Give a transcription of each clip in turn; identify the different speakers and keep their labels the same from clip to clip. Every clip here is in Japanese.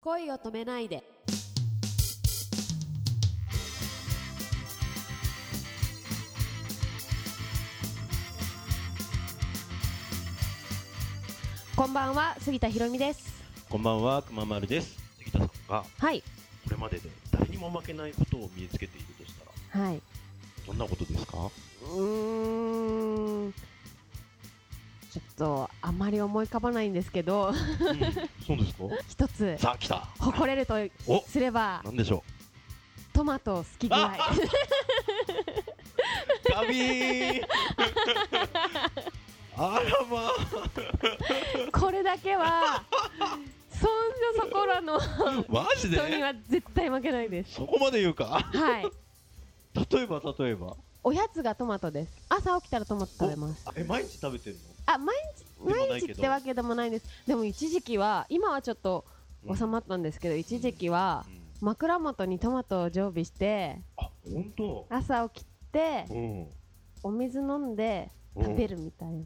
Speaker 1: 恋を止めないで。こんばんは、杉田ひろみです。
Speaker 2: こんばんは、くままるです。杉田さんが
Speaker 1: はい。
Speaker 2: これまでで誰にも負けないことを身につけているとしたら、
Speaker 1: はい。
Speaker 2: どんなことですか
Speaker 1: うーん。ちょっと、あまり思い浮かばないんですけど、
Speaker 2: そうですか
Speaker 1: 一つ、
Speaker 2: さあ、来た。
Speaker 1: 誇れると
Speaker 2: お
Speaker 1: すれば、
Speaker 2: なんでしょ
Speaker 1: トマト好き
Speaker 2: う。
Speaker 1: 嫌い。
Speaker 2: ガビー あらま
Speaker 1: これだけはそんなそこらの
Speaker 2: あ、マジ
Speaker 1: 人に
Speaker 2: で
Speaker 1: は絶対負けないです
Speaker 2: そこまで言うか
Speaker 1: はい
Speaker 2: 例えば、例えば。
Speaker 1: おやつがトマトです朝起きたらトマト食べます
Speaker 2: え、毎日食べてる
Speaker 1: あ毎日
Speaker 2: でもな
Speaker 1: 毎
Speaker 2: い
Speaker 1: 日
Speaker 2: けど
Speaker 1: ってわけでもないですでも一時期は今はちょっと
Speaker 2: の
Speaker 1: 収まったんですけど、一時期は
Speaker 2: うん
Speaker 1: 枕元にトマトを常備して
Speaker 2: あ、ほんと
Speaker 1: 朝起きて
Speaker 2: うん。うん
Speaker 1: お水飲んで食べるみたいな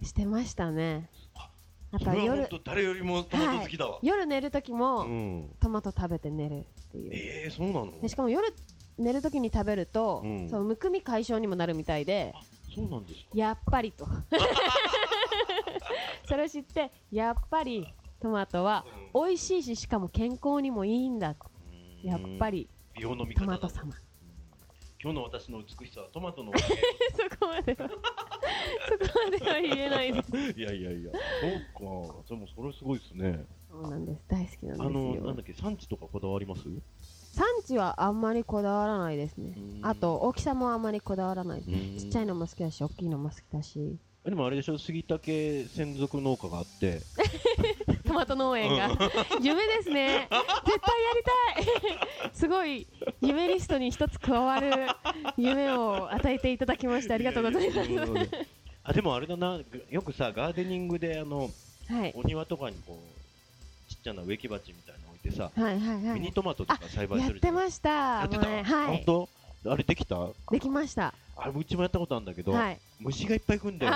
Speaker 2: え
Speaker 1: してましたね
Speaker 2: あ
Speaker 1: あ
Speaker 2: ー
Speaker 1: と
Speaker 2: そ
Speaker 1: は
Speaker 2: れは
Speaker 1: 夜
Speaker 2: 本当誰よりもトマト好きだわ。
Speaker 1: 夜寝る時も、
Speaker 2: うん。
Speaker 1: トマト食べて寝るっていう
Speaker 2: ええそうなの
Speaker 1: でしかも夜寝るときに食べると、
Speaker 2: うん
Speaker 1: そうむくみ解消にもなるみたいで
Speaker 2: そうなんですか
Speaker 1: やっぱりと それを知ってやっぱりトマトは美味しいししかも健康にもいいんだ
Speaker 2: うん
Speaker 1: やっぱり
Speaker 2: 美容の味
Speaker 1: ト
Speaker 2: 方
Speaker 1: マ
Speaker 2: だ
Speaker 1: ト様
Speaker 2: 今日の私の美しさはトマ トのおか
Speaker 1: そこまで はそこまでは言えないです
Speaker 2: げいやいやいやそうかでもそれすごいですね
Speaker 1: そうなんです大好きな
Speaker 2: あ
Speaker 1: ん
Speaker 2: の
Speaker 1: です
Speaker 2: なん
Speaker 1: よ
Speaker 2: だっけ産地とかこだわります
Speaker 1: 産地はあんまりこだわらないですねあと大きさもあんまりこだわらないちっちゃい
Speaker 2: い
Speaker 1: のも好きだし大きいのも好きだし
Speaker 2: でもあれでしょ杉竹専属農家があって
Speaker 1: トマト農園が、
Speaker 2: う
Speaker 1: 夢ですね絶対やりたい すごい夢リストに一つ加わる夢を与えていただきましてありがとうございます
Speaker 2: ややや あでもあれだなよくさガーデニングであの
Speaker 1: はい
Speaker 2: お庭とかにこうちっちゃな植木鉢みたいなの置いてさ
Speaker 1: はいはいは
Speaker 2: ミニ
Speaker 1: い
Speaker 2: トマトとか栽培
Speaker 1: や
Speaker 2: す
Speaker 1: っ
Speaker 2: る
Speaker 1: て
Speaker 2: ん
Speaker 1: ました
Speaker 2: やってた
Speaker 1: 前は
Speaker 2: 本
Speaker 1: い
Speaker 2: 当あれできた
Speaker 1: できました
Speaker 2: あれうちもやったことあるんだけど、
Speaker 1: はい
Speaker 2: 虫がいっぱい 来んだよ。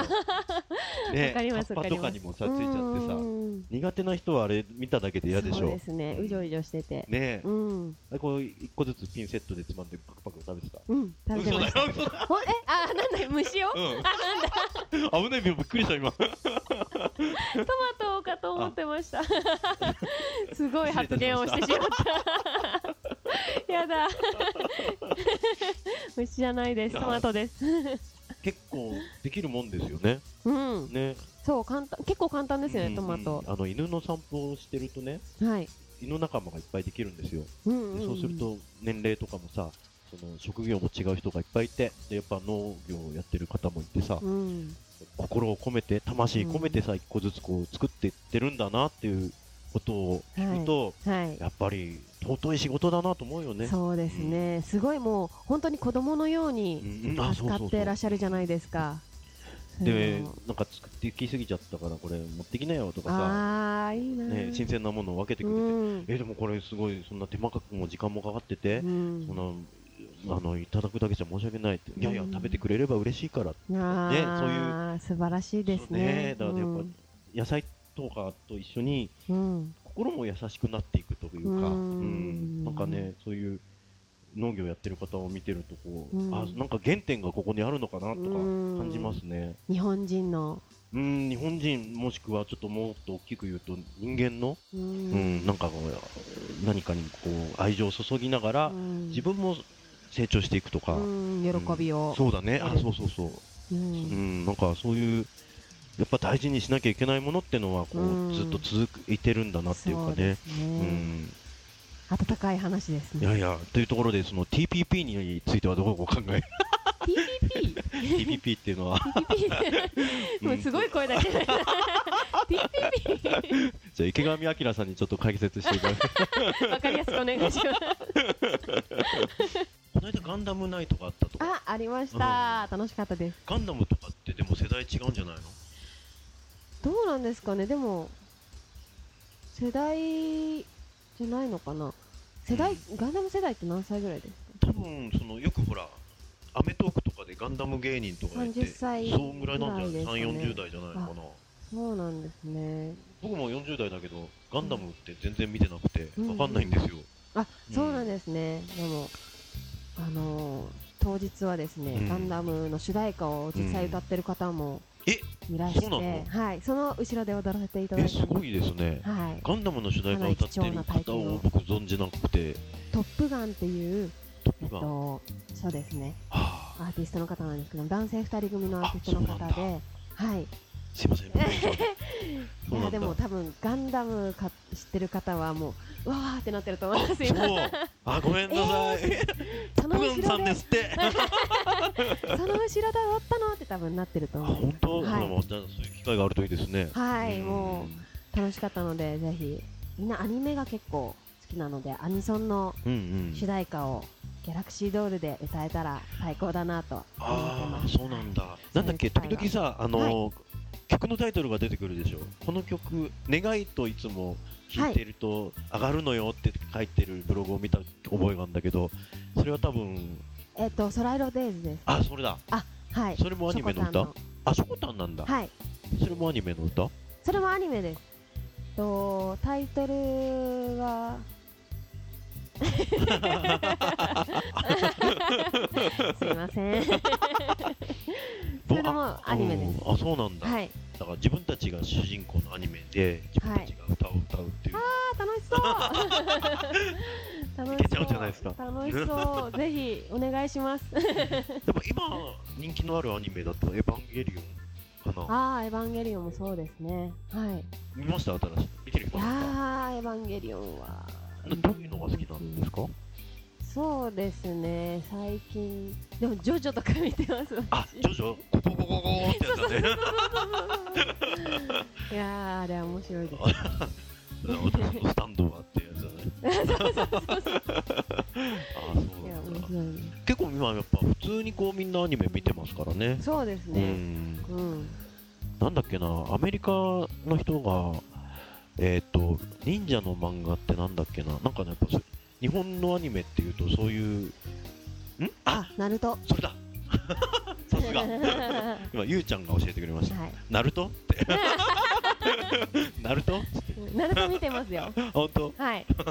Speaker 2: ね
Speaker 1: わかります
Speaker 2: 葉っぱとかにもさついちゃってさ
Speaker 1: う、ん
Speaker 2: 苦手な人はあれ見ただけで嫌でし
Speaker 1: そう
Speaker 2: ょ
Speaker 1: で。すねうじょうじょしてて
Speaker 2: ねえ
Speaker 1: うん、
Speaker 2: あれこう一個ずつピンセットでつまんでパクパク食べてた。
Speaker 1: うん、食べてました
Speaker 2: よ嘘だ。
Speaker 1: ほえあなんだ虫を
Speaker 2: うん。危ないびっくりした今。
Speaker 1: トマトかと思ってました。すごい発言をしてしまった。やだ。虫じゃないです。トマトです。
Speaker 2: 結構できるもんですよね。
Speaker 1: うん。
Speaker 2: ね。
Speaker 1: そう簡単、結構簡単ですよね。トマ
Speaker 2: う
Speaker 1: ト
Speaker 2: ん。あの犬の散歩をしてるとね、
Speaker 1: はい。
Speaker 2: 犬仲間がいっぱいできるんですよ。
Speaker 1: うんん
Speaker 2: で
Speaker 1: ん
Speaker 2: そうする。と年齢とかもさ。その職業も違う人がいっぱいいてでやっぱ農業をやってる方もいてさ、
Speaker 1: うん。
Speaker 2: 心を込めて魂込めてさ一個ずつこう作っていってるんだなっていうことを聞くと、
Speaker 1: はい。
Speaker 2: やっぱり尊い仕事だなと思うよね。
Speaker 1: そうですね。すごいもう本当に子供のよう
Speaker 2: う
Speaker 1: に
Speaker 2: んあそ
Speaker 1: 扱
Speaker 2: うそうそう
Speaker 1: ってらっしゃるじゃないですか。う
Speaker 2: で
Speaker 1: ん
Speaker 2: なんか作ってきすぎちゃったからこれ持ってきなよとか
Speaker 1: ああいいな
Speaker 2: さ、
Speaker 1: ー。
Speaker 2: ね、新鮮なものを分けてくれて、
Speaker 1: うん
Speaker 2: えでもこれすごいそんな手間かくも時間もかかってて
Speaker 1: う、
Speaker 2: そん
Speaker 1: ん。
Speaker 2: なあのいただくだけじゃ申し訳ないって、いやいや
Speaker 1: うん
Speaker 2: 食べてくれれば嬉しいからって
Speaker 1: ああ、素晴らしいですね。
Speaker 2: そうだからやっぱ
Speaker 1: うん
Speaker 2: 野菜とかと一緒に
Speaker 1: うん。
Speaker 2: 心も優しくなっていくというか、
Speaker 1: う
Speaker 2: う
Speaker 1: ーん
Speaker 2: んなんかね、そういう農業やってる方を見てるとこう、
Speaker 1: うん
Speaker 2: あなんか原点がここにあるのかなとか
Speaker 1: うん
Speaker 2: 感じますね。
Speaker 1: 日本人の、
Speaker 2: うん、日本人もしくはちょっともっと大きく言うと人間の、
Speaker 1: う
Speaker 2: うんんなんかこう何かにこう愛情を注ぎながら、
Speaker 1: うん
Speaker 2: 自分も成長していくとか、
Speaker 1: うん喜びを、
Speaker 2: そうだね、あそうそうそう、
Speaker 1: う
Speaker 2: うんん、なんかそういう。やっぱ大事にしなきゃいけないものってのはこう、
Speaker 1: うん
Speaker 2: ずっと続いてるんだなっていう
Speaker 1: そ
Speaker 2: か
Speaker 1: うで
Speaker 2: ね。
Speaker 1: す
Speaker 2: う
Speaker 1: ね
Speaker 2: ん
Speaker 1: 温かい話です
Speaker 2: い
Speaker 1: ね。
Speaker 2: やいや、というところで、その TPP についてはどうお考え
Speaker 1: TPP
Speaker 2: ?TPP っていうの は、
Speaker 1: TPP もうすごい声だけど TPP
Speaker 2: じゃあ池上彰さんにちょっと解説していただいて。
Speaker 1: わかりやすくお願いします。
Speaker 2: この間ガンダムナイトがあったとか、
Speaker 1: あ、ありました。楽しかったです。
Speaker 2: ガンダムとかってでも世代違うんじゃないの
Speaker 1: どうなんですかね。でも世代じゃないのかな。世代、ガンダム世代って何歳ぐらいですか。
Speaker 2: 多分、そのよくほら、アメトークとかでガンダム芸人とかいて、
Speaker 1: 30歳
Speaker 2: そうぐらいなんじゃな
Speaker 1: ぐ
Speaker 2: い
Speaker 1: らいですかね
Speaker 2: ?3、40代じゃないのかな
Speaker 1: そうなんですね。
Speaker 2: 僕も40代だけど、ガンダムって全然見てなくて、わかんないんですよ。
Speaker 1: あそうなん
Speaker 2: す。
Speaker 1: ですね、でも、あのー当日はですね、
Speaker 2: うん
Speaker 1: ガンダムの主題歌を実際歌ってる方も
Speaker 2: え
Speaker 1: いらして、
Speaker 2: そうなの
Speaker 1: はい、その後ろで踊らせていただ
Speaker 2: え、
Speaker 1: いた
Speaker 2: す
Speaker 1: んで
Speaker 2: ごいですね。
Speaker 1: す、はい、
Speaker 2: ガンダムの主題歌を歌ってる方を僕存じなくて、
Speaker 1: トップガンっていう、
Speaker 2: ト
Speaker 1: えっ
Speaker 2: ップガン。は
Speaker 1: と、そうですね、
Speaker 2: あ
Speaker 1: アーティストの方なんですけど、男性2人組のアーティストの方
Speaker 2: あそうな
Speaker 1: で、はい、
Speaker 2: すいません。僕
Speaker 1: い
Speaker 2: そう
Speaker 1: や
Speaker 2: なんだ
Speaker 1: でも多分ガンダムか知ってる方はもう、わーってなってると思います
Speaker 2: そ
Speaker 1: よ、
Speaker 2: う。あ、ごめんなさい。
Speaker 1: そ
Speaker 2: ト
Speaker 1: の
Speaker 2: ッ
Speaker 1: 後
Speaker 2: プガンさ
Speaker 1: ろ
Speaker 2: ん
Speaker 1: で
Speaker 2: で、すって。
Speaker 1: その後ろで終わったのって多分なってると
Speaker 2: あ
Speaker 1: 思います。
Speaker 2: 本当、
Speaker 1: はい
Speaker 2: あのじゃあそういう機会があるといいですね。
Speaker 1: はい、
Speaker 2: うん
Speaker 1: もう楽しかったので、ぜひ、みんなアニメが結構好きなので、アニソンの
Speaker 2: うんうん。
Speaker 1: 主題歌をギャラクシードールで歌えたら最高だなと思って
Speaker 2: あ
Speaker 1: ま
Speaker 2: あ、
Speaker 1: す。
Speaker 2: そうなんだ。なんだっけ、
Speaker 1: そういう機
Speaker 2: 時
Speaker 1: 会
Speaker 2: 々さ、あの、曲のタイトルが出てくるでしょ。この曲、願いといつも聴いてると上がるのよって書いてるブログを見た覚えがあるんだけど、それは多分、
Speaker 1: えっ、と、空色デイズです。
Speaker 2: あ、それだ。
Speaker 1: はい。
Speaker 2: それもアニメの
Speaker 1: しょ
Speaker 2: 歌
Speaker 1: こ。
Speaker 2: あ、しょこたんなんだ
Speaker 1: たん。のはい。
Speaker 2: それもアニメの歌。
Speaker 1: それもアニメです。と、タイトル は、すいません。それもアニメです。
Speaker 2: うんあ、そうなんだ。
Speaker 1: はい。
Speaker 2: だから自分たちが主人公のアニメで、自分たちが歌を歌うっていう。
Speaker 1: あー楽しそう楽しそう
Speaker 2: いけちゃうんじゃないですか
Speaker 1: 楽しそうぜひお願いします
Speaker 2: やっぱ今人気のあるアニメだと「エヴァンゲリオン」かな
Speaker 1: ああエヴァンゲリオンもそうですねはい
Speaker 2: 見ました新しい見てる
Speaker 1: い
Speaker 2: 人
Speaker 1: や
Speaker 2: いますか
Speaker 1: ーエヴァンゲリオンは
Speaker 2: などういうのが好きなんですか
Speaker 1: そうですね最近でもジョジョとか見てます
Speaker 2: あジョジョコココココってやつだね
Speaker 1: いやーあれは面白いです
Speaker 2: 私のスタンドはってやつだねあそう
Speaker 1: いや
Speaker 2: なん
Speaker 1: 面
Speaker 2: だ
Speaker 1: 白いで
Speaker 2: 結構今やっぱ普通にこうみんなアニメ見てますからね
Speaker 1: すそうです
Speaker 2: う
Speaker 1: ね
Speaker 2: ん
Speaker 1: うん、
Speaker 2: なんだっけなアメリカの人がえっと忍者の漫画ってなんだっけななんかねやっぱそう日本のアニメっていうとそういうんあ
Speaker 1: あナルト
Speaker 2: それだ さすが
Speaker 1: は
Speaker 2: 今ゆうちゃんが教えてくれました「ナルト?」って ナルトっつって
Speaker 1: いナルト見てます よ
Speaker 2: あ本 当
Speaker 1: はい
Speaker 2: ま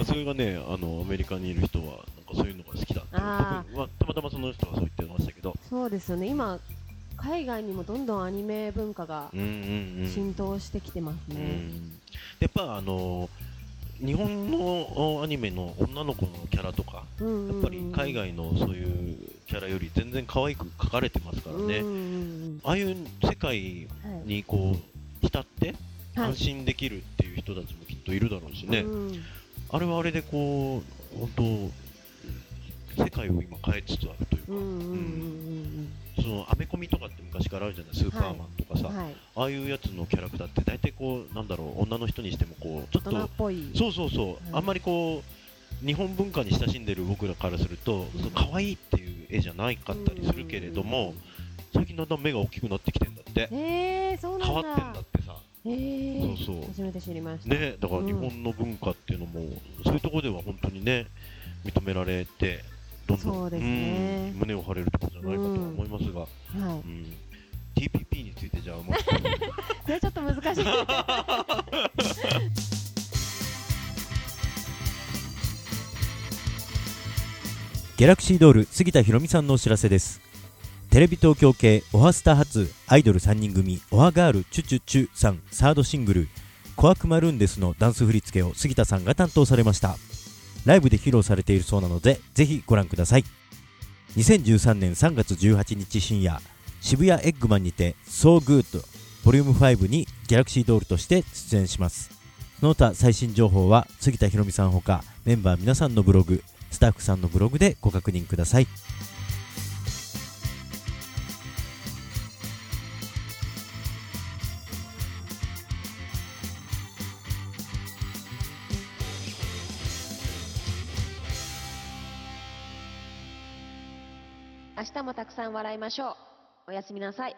Speaker 2: あそれがねあのアメリカにいる人はなんかそういうのが好きだって僕
Speaker 1: あ
Speaker 2: はたまたまその人がそう言ってましたけど
Speaker 1: そうですよね今海外にもどんどんアニメ文化が
Speaker 2: うんうん
Speaker 1: 浸透してきてます
Speaker 2: うんう
Speaker 1: ね、
Speaker 2: んやっぱあの日本のアニメの女の子のキャラとか
Speaker 1: うんうん
Speaker 2: やっぱり海外のそういうキャラより全然可愛く描かれてますからね
Speaker 1: うんうん
Speaker 2: ああいう世界
Speaker 1: うんはい
Speaker 2: にこう浸って
Speaker 1: はい
Speaker 2: 安心できるっていう人たちもきっといるだろうしね、
Speaker 1: うん
Speaker 2: あれはあれでこう本当世界を今変えつつあるというか、
Speaker 1: うんうんうん
Speaker 2: そのアメコミとかって昔からあるじゃないスーパーマンとか
Speaker 1: う
Speaker 2: さ、
Speaker 1: んはい
Speaker 2: ああいうやつのキャラクターって大体こうなんだろう女の人にしてもこうちょっ
Speaker 1: 大人
Speaker 2: と
Speaker 1: っぽい
Speaker 2: そうそうそう、
Speaker 1: うん
Speaker 2: あんまりこう日本文化に親しんでる僕らからすると、
Speaker 1: うん
Speaker 2: その可愛いっていう絵じゃないかったりするけれども、最近だんだん目が大きくなってきてんだって
Speaker 1: えー、そうなんだ
Speaker 2: 変わってんだってさ
Speaker 1: えー、
Speaker 2: そうそう
Speaker 1: 初めて知りました、
Speaker 2: ね、だから日本の文化っていうのも、そういうところでは本当にね認められてどんどん
Speaker 1: そうですね
Speaker 2: うん胸を張れるところじゃないかとは思いますが、
Speaker 1: はい
Speaker 2: うん TPP についてじゃあもう
Speaker 1: それちょっと難しい
Speaker 3: ギャラクシードール杉田博美さんのお知らせですテレビ東京系オハスタ発アイドル3人組オハガールチュチュチュさんサードシングル「コアクマルーンデス」のダンス振り付けを杉田さんが担当されましたライブで披露されているそうなのでぜひご覧ください2013年3月18日深夜渋谷エッグマンにて「So Good Vol.5」にギャラクシードールとして出演しますその他最新情報は杉田博美さんほかメンバー皆さんのブログスタッフさんのブログでご確認ください
Speaker 1: 明日もたくさん笑いましょうおやすみなさい